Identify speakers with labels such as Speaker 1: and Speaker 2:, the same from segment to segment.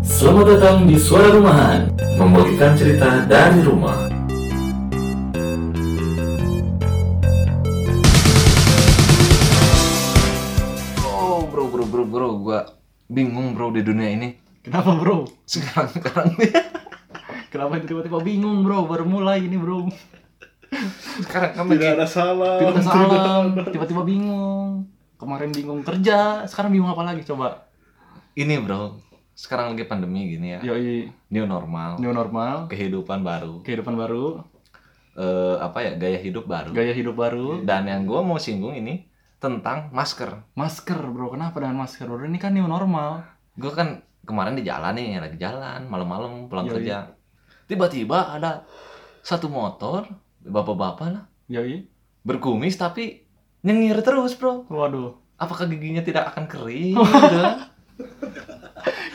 Speaker 1: Selamat datang di Suara Rumahan Membagikan cerita dari rumah
Speaker 2: Oh bro bro bro bro gua bingung bro di dunia ini
Speaker 3: Kenapa bro?
Speaker 2: sekarang sekarang nih
Speaker 3: Kenapa tiba-tiba bingung bro? Baru mulai ini bro.
Speaker 2: sekarang kan kami
Speaker 4: Tidak ada salah.
Speaker 3: Tiba-tiba salam, tiba-tiba bingung. Kemarin bingung kerja, sekarang bingung apa lagi coba?
Speaker 2: ini bro sekarang lagi pandemi gini ya
Speaker 3: Yoi,
Speaker 2: new normal
Speaker 3: new normal,
Speaker 2: kehidupan baru
Speaker 3: kehidupan baru,
Speaker 2: eh apa ya gaya hidup baru
Speaker 3: gaya hidup baru.
Speaker 2: dan yang gua mau singgung ini tentang masker
Speaker 3: Masker bro, kenapa dengan masker bro? Ini kan new normal.
Speaker 2: gua kan kemarin di jalan nih lagi jalan malam-malam pulang
Speaker 3: Iya,
Speaker 2: kerja tiba-tiba ada satu motor bapak-bapak lah
Speaker 3: Yoi,
Speaker 2: berkumis tapi nyengir terus bro
Speaker 3: waduh.
Speaker 2: apakah giginya tidak akan kering gitu kan?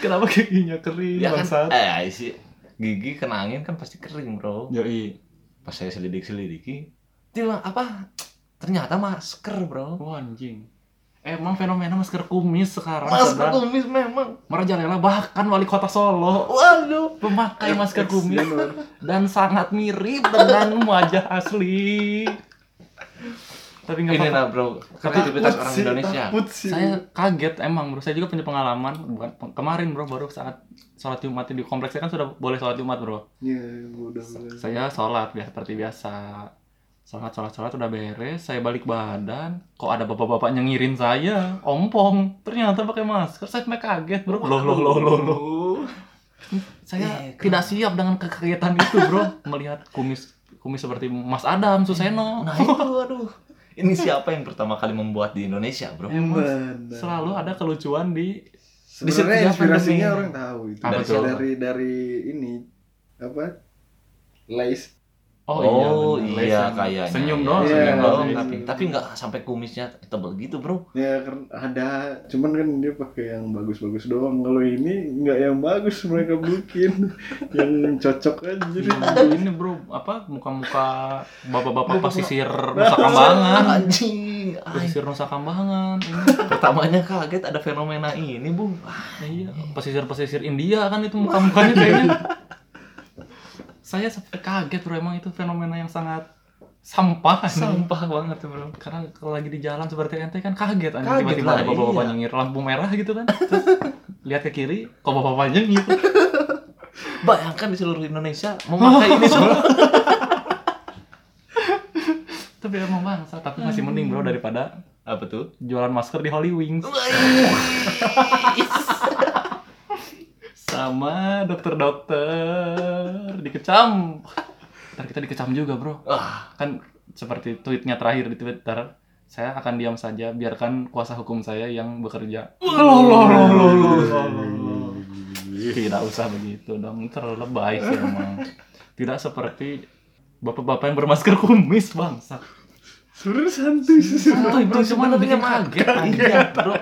Speaker 3: Kenapa giginya kering
Speaker 2: Ya kan,
Speaker 3: bangsat?
Speaker 2: eh sih gigi kena angin kan pasti kering bro.
Speaker 3: Yoi,
Speaker 2: Pas saya selidik selidiki, tiba apa? Ternyata masker bro.
Speaker 3: wah anjing. Eh, Emang fenomena masker kumis sekarang
Speaker 2: Masker
Speaker 3: saudara.
Speaker 2: kumis memang.
Speaker 3: merajalela bahkan wali kota Solo
Speaker 2: Waduh.
Speaker 3: memakai masker kumis dan sangat mirip dengan wajah asli. Tapi nggak
Speaker 2: Ini
Speaker 3: apa-apa.
Speaker 2: lah bro, kreativitas orang Indonesia.
Speaker 4: Takut sih.
Speaker 3: Saya kaget emang bro. Saya juga punya pengalaman bukan pe- kemarin bro baru saat sholat Jumat di kompleks saya kan sudah boleh sholat Jumat bro.
Speaker 4: Iya, iya, udah. udah.
Speaker 3: Saya sholat ya seperti biasa. Sholat sholat sholat udah beres. Saya balik badan. Kok ada bapak-bapak nyengirin saya? Ompong. Ternyata pakai masker. Saya sampai kaget bro. Loh loh loh loh loh. saya
Speaker 2: Eh,
Speaker 3: tidak siap dengan kekagetan itu bro melihat kumis kumis seperti Mas Adam Suseno
Speaker 2: Nah itu aduh. Ini siapa yang pertama kali membuat di Indonesia bro?
Speaker 3: Emang
Speaker 4: Benar.
Speaker 3: selalu ada kelucuan di setiap
Speaker 4: Sebenarnya inspirasinya
Speaker 3: pandemi.
Speaker 4: orang tahu itu.
Speaker 3: Apa
Speaker 4: dari,
Speaker 3: tuh?
Speaker 4: dari dari ini apa? Lace.
Speaker 2: Oh,
Speaker 3: benar.
Speaker 2: iya,
Speaker 3: Lesen.
Speaker 2: kayaknya.
Speaker 3: senyum
Speaker 2: Iya,
Speaker 3: doang
Speaker 4: Iya,
Speaker 2: senyum doang,
Speaker 3: senyum.
Speaker 2: tapi tapi nggak sampai kumisnya tebel gitu bro.
Speaker 4: Ya kan ada, cuman kan dia pakai yang bagus-bagus doang. Kalau ini nggak yang bagus mereka bikin, yang cocok aja. Jadi
Speaker 3: Iya, ini bro apa muka-muka bapak-bapak pesisir Nusa Kambangan
Speaker 2: Anjing. ay.
Speaker 3: pesisir Nusa Kambangan
Speaker 2: Pertamanya kaget ada fenomena ini bung. Ah,
Speaker 3: Ini, iya pesisir-pesisir India kan itu muka-mukanya kayaknya saya sampai kaget bro emang itu fenomena yang sangat sampah
Speaker 2: Sampah banget bro.
Speaker 3: karena kalau lagi di jalan seperti ente kan kaget anjing
Speaker 2: Kaget
Speaker 3: tiba-tiba
Speaker 2: lah,
Speaker 3: ada bapak-bapak
Speaker 2: iya.
Speaker 3: nyengir lampu merah gitu kan Terus lihat ke kiri kok bapak-bapak nyengir
Speaker 2: Bayangkan di seluruh Indonesia memakai ini semua.
Speaker 3: tapi emang bangsa tapi masih mending
Speaker 2: Hmm.
Speaker 3: bro daripada
Speaker 2: Apa tuh?
Speaker 3: jualan masker di Holy Wings sama dokter-dokter dikecam ntar kita dikecam juga bro
Speaker 2: Wah,
Speaker 3: kan seperti tweetnya terakhir di Twitter saya akan diam saja biarkan kuasa hukum saya yang bekerja tidak usah begitu dong terlalu lebay sih emang tidak seperti bapak-bapak yang bermasker kumis bangsa
Speaker 4: sebenarnya santuy sih.
Speaker 3: santuy bro cuman
Speaker 2: sebenarnya
Speaker 3: bikin
Speaker 2: mah
Speaker 3: kaget aja bro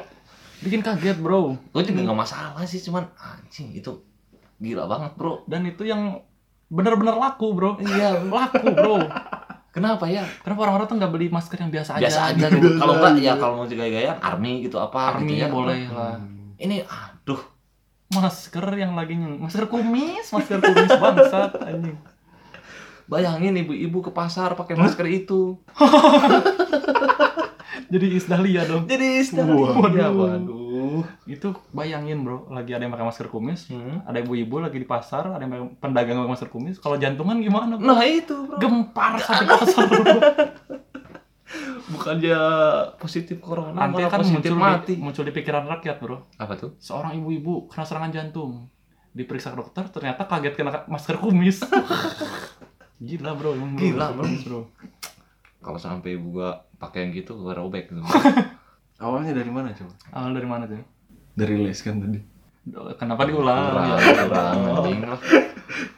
Speaker 3: bikin kaget bro
Speaker 2: gue juga nggak masalah sih, cuman anjing itu gila banget bro.
Speaker 3: dan itu yang benar-benar laku bro
Speaker 2: Iya,
Speaker 3: laku bro
Speaker 2: kenapa ya?
Speaker 3: kenapa orang-orang tuh nggak beli masker yang biasa aja
Speaker 2: Biasa aja
Speaker 3: gitu.
Speaker 2: gitu. Kalau enggak ya kalau mau gaya-gayaan army gitu apa
Speaker 3: army
Speaker 2: gitu ya.
Speaker 3: boleh lah
Speaker 2: Ini ah, aduh,
Speaker 3: masker yang lagi nyeng masker kumis masker kumis bangsat anjing
Speaker 2: bayangin ibu-ibu ke pasar pakai masker itu.
Speaker 3: jadi isdahlia dong
Speaker 2: Jadi
Speaker 3: Waduh.
Speaker 2: Iya, waduh.
Speaker 3: itu bayangin bro lagi ada yang pakai masker kumis
Speaker 2: Hmm.
Speaker 3: ada ibu-ibu lagi di pasar ada yang pakai- pendagang pakai masker kumis kalau jantungan gimana bro?
Speaker 2: Nah itu bro.
Speaker 3: gempar satu pasar bro
Speaker 2: Bukannya positif corona,
Speaker 3: nanti
Speaker 2: malah
Speaker 3: kan muncul
Speaker 2: positif mati.
Speaker 3: di, muncul di pikiran rakyat bro
Speaker 2: Apa tuh?
Speaker 3: seorang ibu-ibu kena serangan jantung diperiksa ke dokter ternyata kaget kena masker kumis gila bro emang bro.
Speaker 2: Gila, bro.
Speaker 3: Kumis, bro
Speaker 2: Kalau sampai ibu gua pakai yang gitu, gua robek. Gitu.
Speaker 4: Awalnya dari mana coba?
Speaker 3: awal dari mana tuh
Speaker 4: Dari lace kan tadi.
Speaker 3: kenapa diulang
Speaker 2: kurang,
Speaker 3: Ya,
Speaker 2: kurang, mending lah.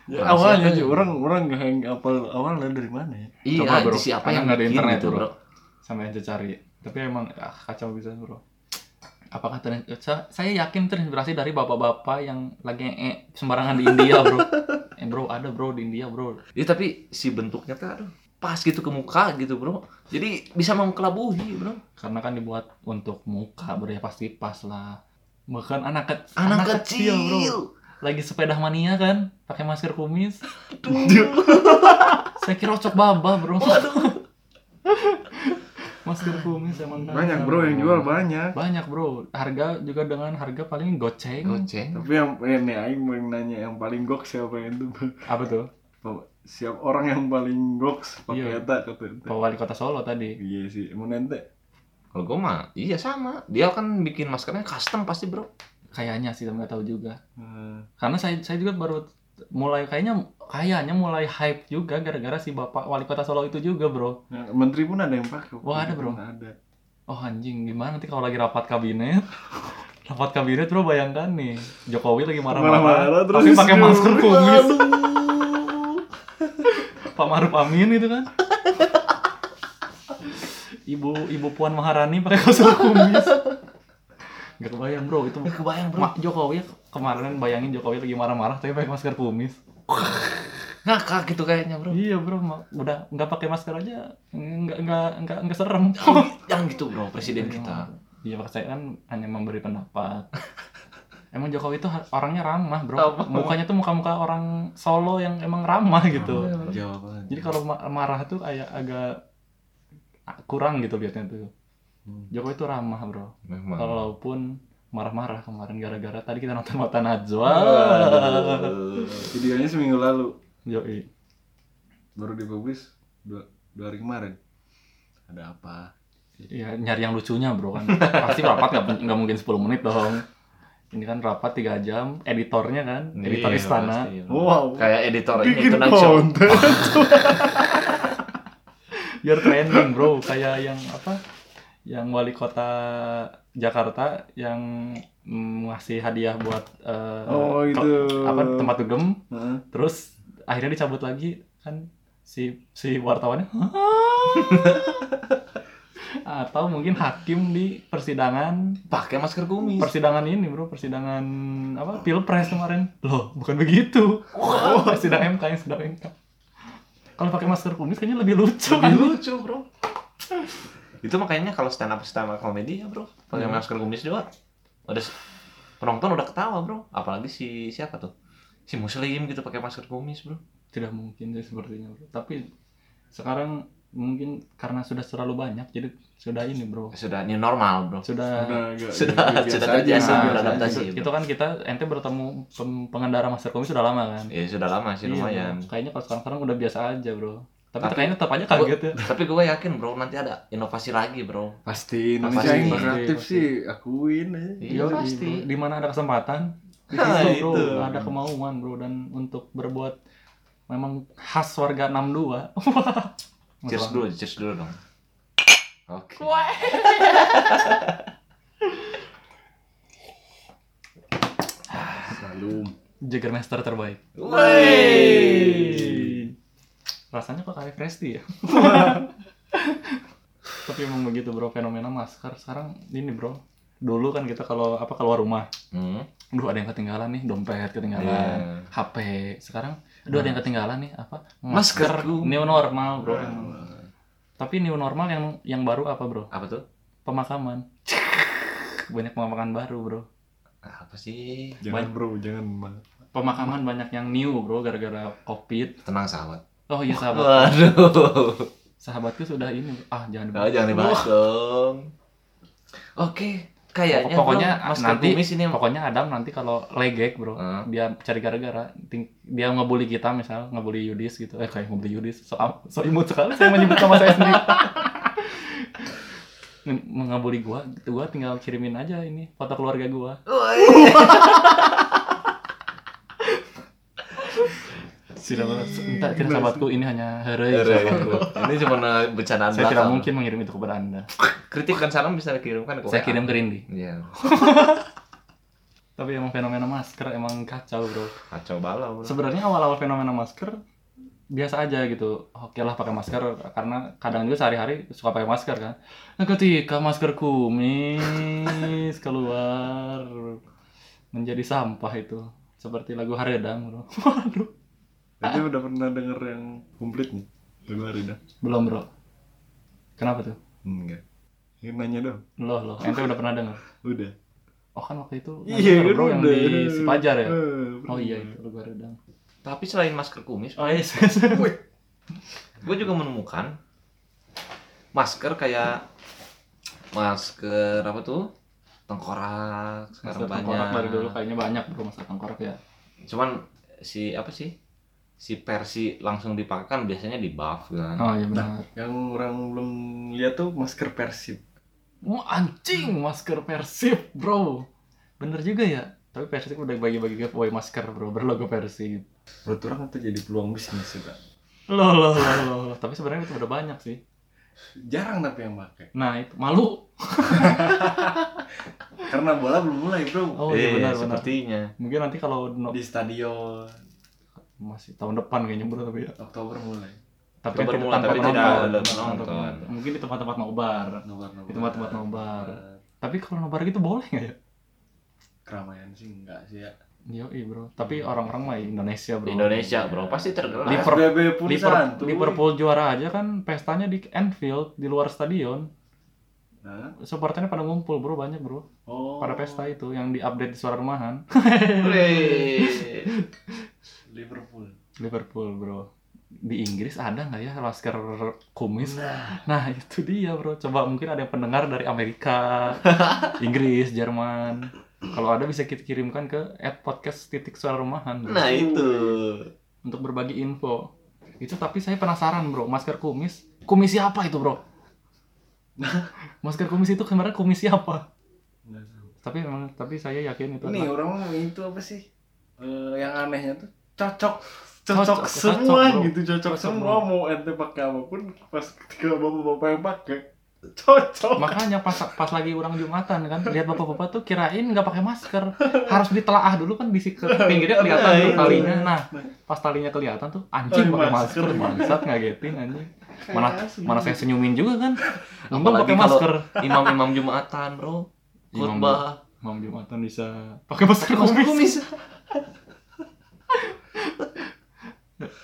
Speaker 4: Ya,
Speaker 2: Orang
Speaker 4: awalnya
Speaker 2: siapa
Speaker 4: sih
Speaker 2: ya?
Speaker 4: orang orang nggak apal awalnya dari mana ya?
Speaker 2: Iya,
Speaker 3: Coba, bro.
Speaker 2: itu siapa
Speaker 3: Karena
Speaker 2: yang
Speaker 3: nggak ada
Speaker 2: bikin
Speaker 3: internet,
Speaker 2: gitu,
Speaker 3: bro. sampai aja cari tapi emang ah, kacau bisa bro apakah terin- sa- saya yakin terinspirasi dari bapak-bapak yang lagi eh sembarangan di India bro eh bro ada bro di India bro
Speaker 2: Iya, tapi si bentuknya tuh aduh, pas gitu ke muka gitu, Bro. Jadi bisa mengkelabuhi, Bro.
Speaker 3: karena kan dibuat untuk muka bro ya pasti pas lah bahkan anak, ke-
Speaker 2: Anak, kecil, Bro.
Speaker 3: lagi sepeda mania kan pakai masker kumis
Speaker 2: Aduh.
Speaker 3: saya kira ocok baba bro
Speaker 2: Waduh.
Speaker 3: masker kumis emang
Speaker 4: Banyak
Speaker 3: kaya.
Speaker 4: bro yang jual banyak.
Speaker 3: banyak bro harga juga dengan harga paling goceng
Speaker 2: Goceng.
Speaker 4: Tapi yang eh, nih aing mau nanya yang paling gok siapa itu?
Speaker 3: apa tuh
Speaker 4: Siap orang yang paling goks pakai
Speaker 3: Iya.
Speaker 4: eta kata ente.
Speaker 3: Pak wali kota Solo tadi
Speaker 4: Iya sih, mau nente.
Speaker 2: Kalau gue mah iya sama. Dia kan bikin maskernya custom pasti, Bro.
Speaker 3: kayaknya sih tapi nggak tahu juga
Speaker 4: Eh,
Speaker 3: karena saya saya juga baru t- mulai kayaknya kayaknya mulai hype juga gara-gara si bapak wali kota Solo itu juga bro
Speaker 4: Nah, menteri pun ada yang pakai.
Speaker 3: Wah, ada, bro.
Speaker 4: Ada.
Speaker 3: oh anjing gimana nanti kalau lagi rapat kabinet rapat kabinet bro bayangkan nih Jokowi lagi marah-marah tapi pakai
Speaker 4: disuruh-
Speaker 3: masker kumis
Speaker 4: Aduh.
Speaker 3: Pak Maruf Amin itu kan ibu ibu Puan Maharani pakai kaos kumis Gak kebayang bro itu
Speaker 2: Nggak kebayang, Bro.
Speaker 3: Mak Jokowi kemarin bayangin Jokowi lagi marah-marah tapi pakai masker kumis
Speaker 2: Ngakak gitu kayaknya, Bro.
Speaker 3: Iya bro, ma- udah nggak pakai masker aja, nggak nggak nggak nggak serem.
Speaker 2: Jangan gitu, Bro, presiden kita.
Speaker 3: Iya pak saya kan hanya memberi pendapat. Emang Jokowi itu har- orangnya ramah bro,
Speaker 2: Ramah.
Speaker 3: mukanya tuh muka-muka orang Solo yang emang ramah gitu.
Speaker 4: Jawaban.
Speaker 3: Jadi kalau ma- marah tuh kayak agak kurang gitu biasanya tuh.
Speaker 4: Hmm.
Speaker 3: Jokowi itu ramah bro,
Speaker 2: Hmm. Memang.
Speaker 3: walaupun marah-marah kemarin gara-gara tadi kita nonton Mata Najwa.
Speaker 4: Waduh. Eh, Videonya seminggu lalu
Speaker 3: Yoi.
Speaker 4: baru dipublish dua, dua hari kemarin. Ada apa?
Speaker 3: Ya, nyari yang lucunya bro kan. Pasti rapat nggak pen- nggak mungkin 10 menit dong. Ini kan rapat 3 jam, editornya kan, editor
Speaker 2: Iya,
Speaker 3: istana.
Speaker 2: pasti, Bro.
Speaker 4: Wow.
Speaker 2: Kayak editor ini
Speaker 4: Bikin
Speaker 2: tenang show.
Speaker 4: konten.
Speaker 3: Biar trending bro, kayak yang apa? Yang wali kota Jakarta yang mm, ngasih hadiah buat eh,
Speaker 4: Oh,
Speaker 3: ke-
Speaker 4: itu.
Speaker 3: apa tempat dugem,
Speaker 4: Heeh.
Speaker 3: terus akhirnya dicabut lagi kan si si wartawannya. Atau mungkin hakim di persidangan
Speaker 2: Pakai masker kumis.
Speaker 3: persidangan ini bro persidangan apa pilpres kemarin loh bukan begitu oh, sidang mk yang sidang mk kalau pakai masker kumis kayaknya lebih lucu
Speaker 2: Lebih
Speaker 3: kan?
Speaker 2: lucu, Bro. Itu makanya kalau stand up stand up komedi ya, Bro. Pakai
Speaker 3: Hmm.
Speaker 2: masker kumis juga. Udah s- penonton udah ketawa, Bro. Apalagi si siapa tuh? Si muslim gitu pakai masker kumis, Bro.
Speaker 3: tidak mungkin sih sepertinya bro tapi sekarang mungkin karena sudah terlalu banyak jadi sudah ini bro
Speaker 2: Sudah new normal, Bro.
Speaker 3: Eh, sudah
Speaker 4: Udah agak-
Speaker 2: Sudah- Ya, sudah
Speaker 4: agak biasa aja.
Speaker 2: terbiasa
Speaker 3: Nah,
Speaker 2: beradaptasi,
Speaker 3: itu,
Speaker 2: bro.
Speaker 3: itu kan kita ente bertemu pem- pengendara masker kumis sudah lama kan
Speaker 2: Ya sudah lama sih
Speaker 3: Iya,
Speaker 2: lumayan.
Speaker 3: bro. kayaknya kalau sekarang sekarang udah biasa aja bro tapi,
Speaker 2: Tapi-
Speaker 3: kayaknya tetap aja kaget ya
Speaker 2: Tapi gue yakin, Bro, nanti ada inovasi lagi, Bro.
Speaker 4: Pasti Indonesia
Speaker 2: Pasti,
Speaker 4: yang
Speaker 2: pasti,
Speaker 4: kreatif
Speaker 3: pasti.
Speaker 4: sih, akuin aja.
Speaker 2: Iya, pasti.
Speaker 3: di mana ada kesempatan Di
Speaker 2: Nah,
Speaker 3: situ, bro,
Speaker 2: itu.
Speaker 3: ada kemauan bro dan untuk berbuat memang khas warga 62.
Speaker 2: Cheers dulu, cheers dulu dong. Oke.
Speaker 4: Salum.
Speaker 3: Jagermaster terbaik.
Speaker 2: Wey.
Speaker 3: Rasanya kok kayak Kresti ya. Tapi emang begitu bro fenomena masker sekarang ini bro. Dulu kan kita kalau apa keluar rumah,
Speaker 2: Hmm.
Speaker 3: duh ada yang ketinggalan nih dompet ketinggalan,
Speaker 2: Iya.
Speaker 3: HP. Sekarang aduh ada yang ketinggalan nih apa?
Speaker 2: Masker.
Speaker 3: new normal bro. emang. Tapi new normal yang yang baru apa bro?
Speaker 2: Apa tuh?
Speaker 3: pemakaman banyak pemakaman baru bro
Speaker 2: Apa sih?
Speaker 4: Jangan bro, jangan mah.
Speaker 3: pemakaman banyak yang new bro gara-gara covid
Speaker 2: Tenang sahabat.
Speaker 3: oh iya sahabat
Speaker 2: Waduh.
Speaker 3: sahabatku sudah ini ah jangan
Speaker 2: Oh, jangan dibahas dong. Oke, kayaknya
Speaker 3: pokoknya
Speaker 2: Bro, masker
Speaker 3: nanti
Speaker 2: kumis ini yang-
Speaker 3: pokoknya Adam nanti kalau legek bro
Speaker 2: Hah?
Speaker 3: dia cari gara-gara Ting- dia ngebully kita misal ngebully Yudis gitu eh kayak ngebully Yudis so, am- so imut sekali saya menyebut nama saya sendiri Nge- ngebully gua gua tinggal kirimin aja ini foto keluarga gua tidak tidak tidak sahabatku ini hanya herai sahabatku
Speaker 2: Iya, ini cuma eh, bercandaan
Speaker 3: saya tidak
Speaker 2: ya. belakang.
Speaker 3: mungkin mengirim itu kepada anda
Speaker 2: Kritik dan salam bisa dikirimkan ke
Speaker 3: saya
Speaker 2: WA.
Speaker 3: kirim ke Rindi
Speaker 2: Iya.
Speaker 3: tapi emang fenomena masker emang kacau bro
Speaker 2: Kacau balau. Bro.
Speaker 3: sebenarnya awal-awal fenomena masker biasa aja gitu oke lah pakai masker karena kadang juga sehari-hari suka pakai masker kan nah, ketika masker kumis keluar menjadi sampah itu seperti lagu Haredam bro waduh
Speaker 4: Jadi
Speaker 3: Ah.
Speaker 4: udah pernah denger yang komplit nih? Lagu Arida?
Speaker 3: belum bro kenapa tuh
Speaker 4: Enggak. Ini nanya dong.
Speaker 3: loh loh ente udah pernah dengar
Speaker 4: Udah.
Speaker 3: Oh kan waktu itu
Speaker 4: Iya,
Speaker 3: Garuda, bro yang
Speaker 4: Garuda.
Speaker 3: di Sipajar ya.
Speaker 4: Eh,
Speaker 3: Oh iya itu lu Garuda.
Speaker 2: Tapi selain masker kumis,
Speaker 3: Oh iya.
Speaker 2: gue juga menemukan masker kayak masker apa tuh tengkorak sekarang
Speaker 3: Masker
Speaker 2: banyak
Speaker 3: tengkorak dari dulu kayaknya banyak bro masker tengkorak ya.
Speaker 2: cuman si apa sih si versi langsung dipakai kan biasanya di buff kan
Speaker 3: Oh iya benar.
Speaker 4: yang orang belum lihat tuh masker persib
Speaker 3: Wah anjing masker Persib bro. Bener juga ya. Tapi Persib udah bagi-bagi giveaway masker bro berlogo Persib.
Speaker 4: menurut orang itu jadi peluang bisnis juga
Speaker 3: Loh loh loh loh. loh. Tapi sebenarnya itu udah banyak sih.
Speaker 4: jarang tapi yang pakai
Speaker 3: Nah itu malu.
Speaker 4: karena bola belum mulai bro
Speaker 3: Oh iya benar benar.
Speaker 2: Eh, sepertinya
Speaker 3: Mungkin nanti kalau no-
Speaker 4: di stadion
Speaker 3: masih tahun depan kayaknya bro tapi ya.
Speaker 4: Oktober mulai
Speaker 3: Tapi kan
Speaker 2: Oktober
Speaker 3: tidak
Speaker 2: mulai,
Speaker 3: tanpa
Speaker 2: tapi tidak
Speaker 3: penonton.
Speaker 2: ada
Speaker 3: Tanpa
Speaker 2: penonton.
Speaker 3: penonton. Mungkin di tempat-tempat nobar.
Speaker 4: nobar nobar
Speaker 3: Di tempat-tempat nobar.
Speaker 4: Eh,
Speaker 3: Tapi kalau nobar gitu boleh nggak ya?
Speaker 4: keramaian sih enggak sih ya
Speaker 3: Yo, bro. Tapi orang-orang mah Indonesia, bro.
Speaker 2: Hmm. Indonesia bro pasti tergelar
Speaker 3: Liver-
Speaker 4: SBB pun
Speaker 3: Liverpool,
Speaker 4: santuy.
Speaker 3: Liverpool juara aja kan pestanya di Anfield, di luar stadion.
Speaker 4: Hah?
Speaker 3: Supporternya pada ngumpul, bro, banyak, bro.
Speaker 4: oh
Speaker 3: Pada pesta itu yang diupdate di suara rumahan.
Speaker 2: Wih.
Speaker 4: Liverpool
Speaker 3: Liverpool, bro. Di Inggris ada nggak ya masker kumis?
Speaker 4: nah
Speaker 3: Nah, itu dia, bro. Coba mungkin ada yang pendengar dari Amerika, Inggris, Jerman. Kalau ada bisa kita kirimkan ke podcast titik suara rumahan. bro.
Speaker 2: nah itu
Speaker 3: untuk berbagi info. Itu tapi saya penasaran bro, masker kumis, kumis siapa itu bro? masker kumis itu kemarin kumis siapa?
Speaker 4: Nggak tahu.
Speaker 3: Tapi memang, tapi saya yakin itu
Speaker 4: ini
Speaker 3: adalah-
Speaker 4: orang mah itu apa sih Eh, yang anehnya tuh cocok
Speaker 3: Cocok,
Speaker 4: cocok,
Speaker 3: cocok,
Speaker 4: semua
Speaker 3: bro.
Speaker 4: gitu cocok,
Speaker 3: Cocok,
Speaker 4: semua mau ente pakai apapun pas ketika bapak-bapak yang pakai cocok
Speaker 3: Makanya pas pas lagi orang jumatan kan lihat bapak-bapak tuh kirain nggak pakai masker, harus ditelaah dulu kan di si- ke pinggirnya kelihatan
Speaker 4: Nah,
Speaker 3: dulu
Speaker 4: itu.
Speaker 3: talinya. Nah pas talinya kelihatan tuh anjing
Speaker 4: Oh,
Speaker 3: pakai
Speaker 4: masker.
Speaker 3: masker, bangsat ngagetin anjing.
Speaker 4: Kayak
Speaker 3: Mana
Speaker 4: asli.
Speaker 3: mana saya senyumin juga kan. Untung
Speaker 2: Apalagi
Speaker 3: pakai
Speaker 2: kalau-
Speaker 3: masker.
Speaker 2: imam-imam jumatan bro
Speaker 3: Imam
Speaker 2: khotbah
Speaker 3: Mau jumatan bisa pakai masker
Speaker 2: Masker
Speaker 3: kumis.
Speaker 2: kumis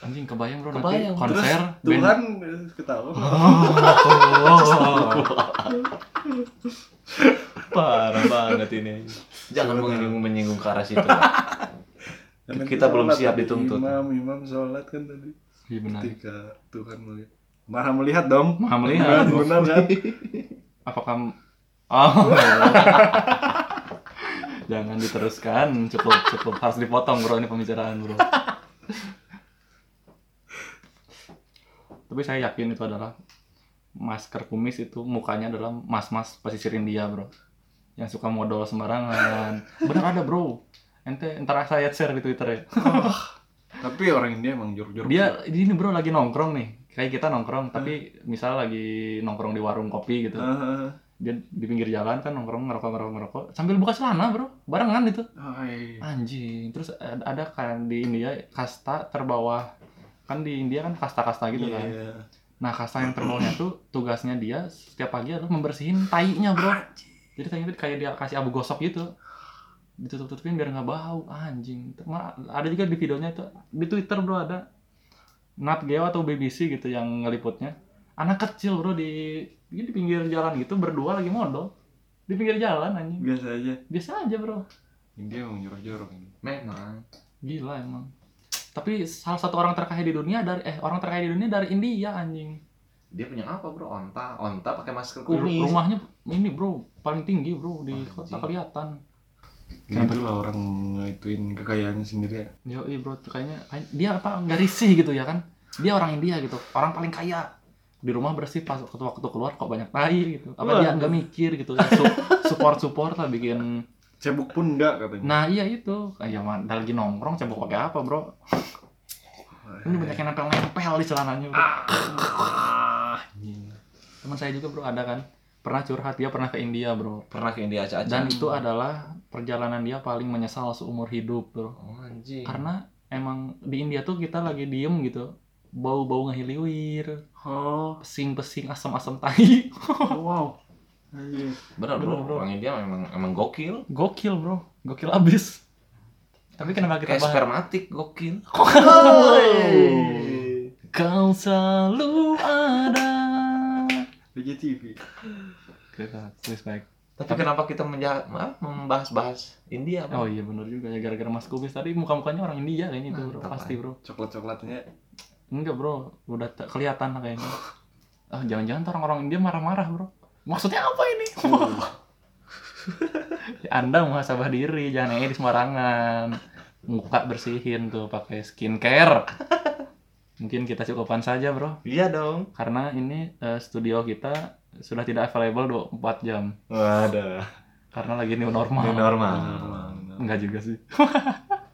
Speaker 3: Anjing kebayang bro
Speaker 2: Kebayang.
Speaker 3: nanti
Speaker 4: terus
Speaker 3: konser band-
Speaker 4: Tuhan eh, ketawa
Speaker 3: Oh, Ah,
Speaker 2: Oh. parah banget ini jangan menyinggung menyinggung ke arah situ Pak.
Speaker 4: Dan
Speaker 2: Kita
Speaker 4: nanti
Speaker 2: belum
Speaker 4: sholat
Speaker 2: siap
Speaker 4: tadi,
Speaker 2: dituntut.
Speaker 4: Imam, imam sholat kan tadi.
Speaker 3: Iya benar.
Speaker 4: Ketika Tuhan melihat. Maha melihat dong.
Speaker 3: Maha melihat. Iya.
Speaker 4: Benar kan?
Speaker 3: Apakah Oh. Jangan diteruskan, cukup cukup harus dipotong bro ini pembicaraan bro. Tapi saya yakin itu adalah masker kumis itu mukanya adalah mas-mas pesisir India bro, yang suka modal sembarangan. Bener ada bro. Ente ntar saya share di Twitter ya.
Speaker 4: Tapi orang India emang gitu. jor-jor.
Speaker 3: dia ini bro lagi nongkrong nih kayak kita nongkrong tapi misal lagi nongkrong di warung kopi gitu
Speaker 4: Ah,
Speaker 3: dia di pinggir jalan kan nongkrong ngerokok ngerokok ngerokok sambil buka celana bro barengan itu
Speaker 4: hai.
Speaker 3: anjing terus ada ada kan di India kasta terbawah kan di India kan kasta-kasta gitu kan
Speaker 4: Iya.
Speaker 3: nah kasta yang terbawahnya tuh tugasnya dia setiap pagi adalah membersihin tainya bro jadi tainya tuh kayak dia kasih abu gosok gitu ditutup-tutupin biar nggak bau anjing Ma- ada juga di videonya itu di Twitter bro ada Nat Geo atau BBC gitu yang ngeliputnya anak kecil bro di di di pinggir jalan gitu berdua lagi modal di pinggir jalan anjing
Speaker 4: Biasa aja.
Speaker 3: biasa aja bro
Speaker 4: India emang jor-jor orang ini.
Speaker 2: memang
Speaker 3: gila emang tapi salah satu orang terkaya di dunia dari eh orang terkaya di dunia dari India anjing
Speaker 2: dia punya apa bro onta onta pakai masker
Speaker 3: Ru-
Speaker 2: kumis
Speaker 3: rumahnya ini bro paling tinggi bro di kota
Speaker 2: Anjing.
Speaker 3: kelihatan Kenapa?
Speaker 4: Gitu lah orang ngituin kekayaannya sendiri ya.
Speaker 3: Yo, iya bro, tuh kayaknya kayak- dia apa nggak risih gitu ya kan? Dia orang India gitu, orang paling kaya. Di rumah bersih pas waktu waktu keluar kok banyak tai gitu. Apa dia nggak mikir gitu? support support lah bikin.
Speaker 4: Cebok pun enggak katanya.
Speaker 3: Nah iya itu, kayak man, dah lagi nongkrong cebok pakai apa bro? Nah, Ini banyak yang nempel-nempel di celananya bro.
Speaker 4: Ah, anjing.
Speaker 3: Teman saya juga bro ada kan, pernah curhat dia pernah ke India bro.
Speaker 2: pernah ke India aja
Speaker 3: Dan itu adalah perjalanan dia paling menyesal seumur hidup bro.
Speaker 2: oh, anjing
Speaker 3: Karena emang di India tuh kita lagi diem gitu, bau-bau ngehiliwir,
Speaker 4: Oh,
Speaker 3: pesing-pesing asam-asam tai.
Speaker 4: wow. Anjing.
Speaker 2: bener bro,
Speaker 3: Bener, bro.
Speaker 2: orang India memang emang gokil
Speaker 3: Gokil bro, gokil abis. Tapi kenapa kita
Speaker 2: kayak
Speaker 3: bahas?
Speaker 2: spermatik gokil Iya.
Speaker 3: Kau selalu ada.
Speaker 4: BGTV.
Speaker 3: Kita respect.
Speaker 2: Tapi kenapa kita menja- ma- membahas-bahas India?
Speaker 3: Oh
Speaker 2: Bro?
Speaker 3: iya bener juga ya gara-gara Mas Kubis tadi muka-mukanya orang India kayaknya itu
Speaker 2: Nah,
Speaker 3: bro.
Speaker 2: tetap
Speaker 3: Pasti bro.
Speaker 4: Coklat-coklatnya
Speaker 3: Enggak bro, udah te- kelihatan lah kayaknya. Ah jangan-jangan tuh orang-orang India marah-marah bro. Maksudnya apa ini? Ya, Anda muhasabah diri, jangan aja di sembarangan. Muka bersihin tuh pakai skincare. Mungkin kita cukupan saja bro,
Speaker 2: Iya dong.
Speaker 3: karena ini eh, studio kita sudah tidak available 24 jam
Speaker 2: Waduh.
Speaker 3: karena lagi new normal.
Speaker 2: Ini normal.
Speaker 3: Enggak juga sih.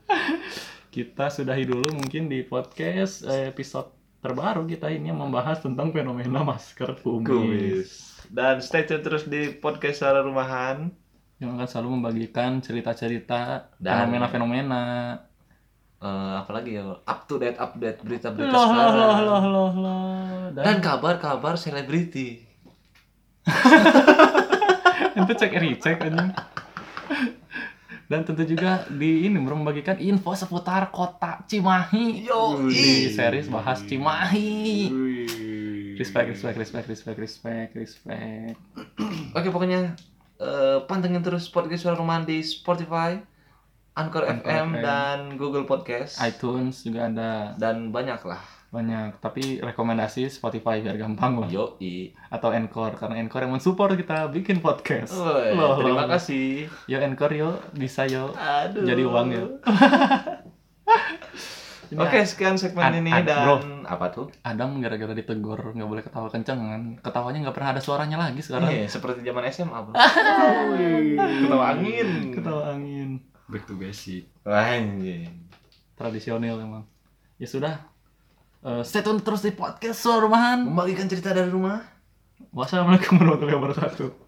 Speaker 3: kita sudahi dulu mungkin di podcast eh, episode terbaru kita ini yang membahas tentang fenomena masker kumis.
Speaker 2: Kumis. Dan stay tune terus di podcast suara rumahan.
Speaker 3: Yang akan selalu membagikan cerita-cerita
Speaker 2: Dan-
Speaker 3: fenomena-fenomena.
Speaker 2: Eh, apalagi ya up to date update berita-berita
Speaker 3: Loh loh
Speaker 2: sekarang.
Speaker 3: loh loh loh loh.
Speaker 2: Dan
Speaker 3: Dan,
Speaker 2: kabar-kabar selebriti.
Speaker 3: itu cek recheck anjing. Dan tentu juga di ini Bro, membagikan info seputar kota Cimahi. Oh,
Speaker 2: Yo,
Speaker 3: Di series bahas Cimahi.
Speaker 4: Wih.
Speaker 3: Respect, respect, respect, respect, respect, respect.
Speaker 2: Oke pokoknya eh, pantengin terus podcast suara rumahan di Spotify, Anchor,
Speaker 3: Anchor
Speaker 2: FM,
Speaker 3: FM.
Speaker 2: dan Google Podcast
Speaker 3: iTunes juga ada
Speaker 2: dan banyak lah.
Speaker 3: banyak tapi rekomendasi Spotify biar gampang lah
Speaker 2: Yo i.
Speaker 3: atau Encore karena Encore yang mensupport kita bikin podcast Loh,
Speaker 2: terima
Speaker 3: loh.
Speaker 2: kasih.
Speaker 3: yo Encore yo bisa yo
Speaker 2: Aduh.
Speaker 3: jadi uang ya Ini
Speaker 2: Oke sekian segmen
Speaker 3: Ad-
Speaker 2: ini
Speaker 3: ad-
Speaker 2: dan
Speaker 3: bro.
Speaker 2: apa tuh?
Speaker 3: Adam gara-gara ditegur nggak boleh ketawa kenceng kan ketawanya nggak pernah ada suaranya lagi sekarang
Speaker 2: Iya, seperti zaman SMA bro.
Speaker 4: Wih.
Speaker 2: Ketawa angin.
Speaker 3: ketawa angin
Speaker 4: Back to basic.
Speaker 2: Anjing.
Speaker 3: tradisional emang ya sudah Eh, stay tune terus di podcast suara rumahan
Speaker 2: Membagikan cerita dari rumah.
Speaker 3: wassalamualaikum warahmatullahi wabarakatuh